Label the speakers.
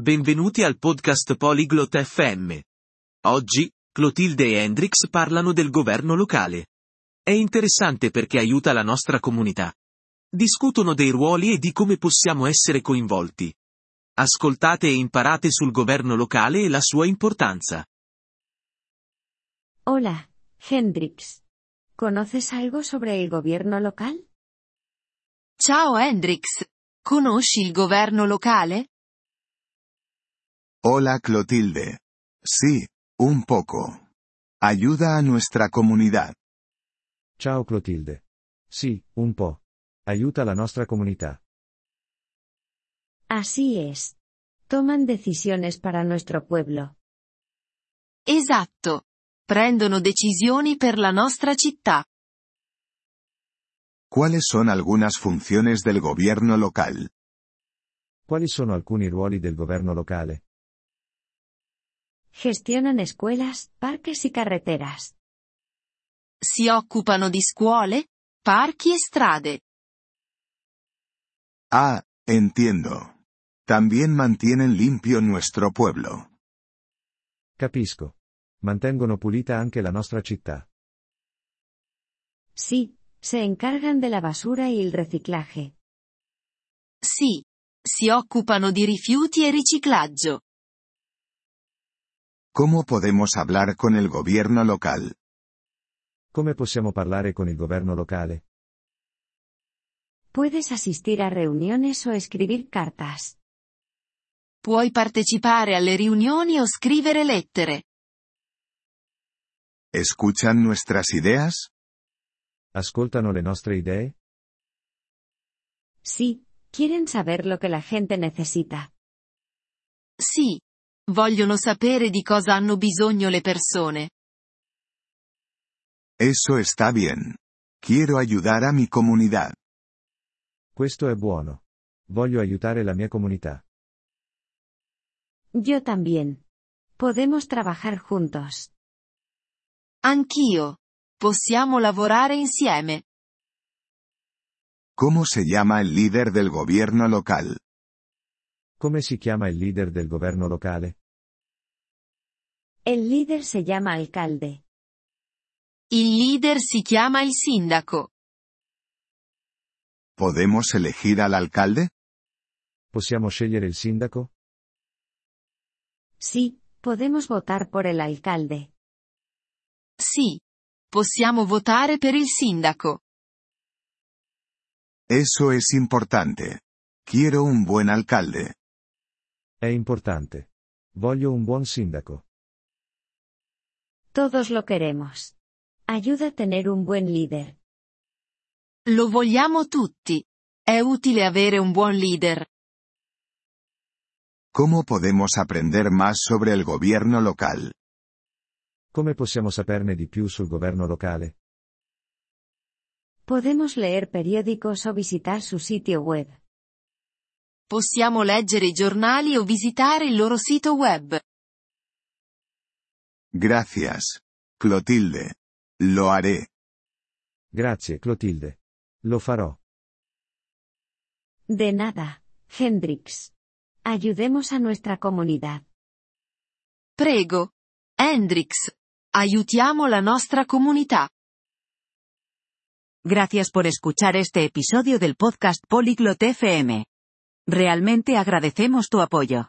Speaker 1: Benvenuti al podcast Polyglot FM. Oggi, Clotilde e Hendrix parlano del governo locale. È interessante perché aiuta la nostra comunità. Discutono dei ruoli e di come possiamo essere coinvolti. Ascoltate e imparate sul governo locale e la sua importanza.
Speaker 2: Hola, Hendrix. ¿Conoces algo sobre el gobierno local?
Speaker 3: Ciao Hendrix. Conosci il governo locale?
Speaker 4: Hola Clotilde. Sí, un poco. Ayuda a nuestra comunidad.
Speaker 5: Ciao Clotilde. Sì, un po'. Aiuta la nostra comunità.
Speaker 2: Así es. Toman decisiones para nuestro pueblo.
Speaker 3: Esatto. Prendono decisioni per la nostra città.
Speaker 4: ¿Cuáles son algunas funciones del gobierno local?
Speaker 5: Quali sono alcuni ruoli del governo locale?
Speaker 2: Gestionan escuelas, parques y carreteras.
Speaker 3: Si occupano di scuole, parchi e strade.
Speaker 4: Ah, entiendo. También mantienen limpio nuestro pueblo.
Speaker 5: Capisco. Mantengono pulita anche la nostra città.
Speaker 2: Sí, se encargan de la basura y el reciclaje.
Speaker 3: Sì. Si occupano di rifiuti e riciclaggio.
Speaker 4: ¿Cómo podemos hablar con el gobierno local?
Speaker 5: Come possiamo parlare con il governo locale?
Speaker 2: Puedes asistir a reuniones o escribir cartas.
Speaker 3: Puoi partecipare alle riunioni o scrivere lettere.
Speaker 4: ¿Escuchan nuestras ideas?
Speaker 5: Ascoltano le nostre idee?
Speaker 2: Sí, quieren saber lo que la gente necesita.
Speaker 3: Sì. Vogliono sapere di cosa hanno bisogno le persone.
Speaker 4: Eso está bien. Quiero ayudar a mi comunidad.
Speaker 5: Questo è buono. Voglio aiutare la mia comunità.
Speaker 2: Yo también. Podemos trabajar juntos.
Speaker 3: Anch'io. Possiamo lavorare insieme.
Speaker 4: ¿Cómo se llama el líder del gobierno local?
Speaker 5: Come si chiama il leader del governo locale?
Speaker 2: El líder se llama alcalde.
Speaker 3: Il leader si chiama il sindaco.
Speaker 4: ¿Podemos elegir al alcalde?
Speaker 5: Possiamo scegliere il sindaco?
Speaker 2: Sí, podemos votar por el alcalde.
Speaker 3: Sì. Possiamo votare per il sindaco.
Speaker 4: Eso es importante. Quiero un buen alcalde.
Speaker 5: È importante. Voglio un buon sindaco.
Speaker 2: Todos lo queremos. Ayuda a tener un buen líder.
Speaker 3: Lo vogliamo tutti. È utile avere un buon leader.
Speaker 4: ¿Cómo podemos aprender más sobre el gobierno local?
Speaker 5: Come possiamo saperne di più sul governo locale?
Speaker 2: Podemos leer periódicos o visitar su sitio web.
Speaker 3: Possiamo leggere i giornali o visitare il loro sito web.
Speaker 4: Gracias. Clotilde. Lo haré.
Speaker 5: Grazie, Clotilde. Lo farò.
Speaker 2: De nada, Hendrix. Ayudemos a nuestra comunidad.
Speaker 3: Prego. Hendrix. Aiutiamo la nostra comunità.
Speaker 6: Gracias por escuchar este episodio del podcast Polyglot FM. Realmente agradecemos tu apoyo.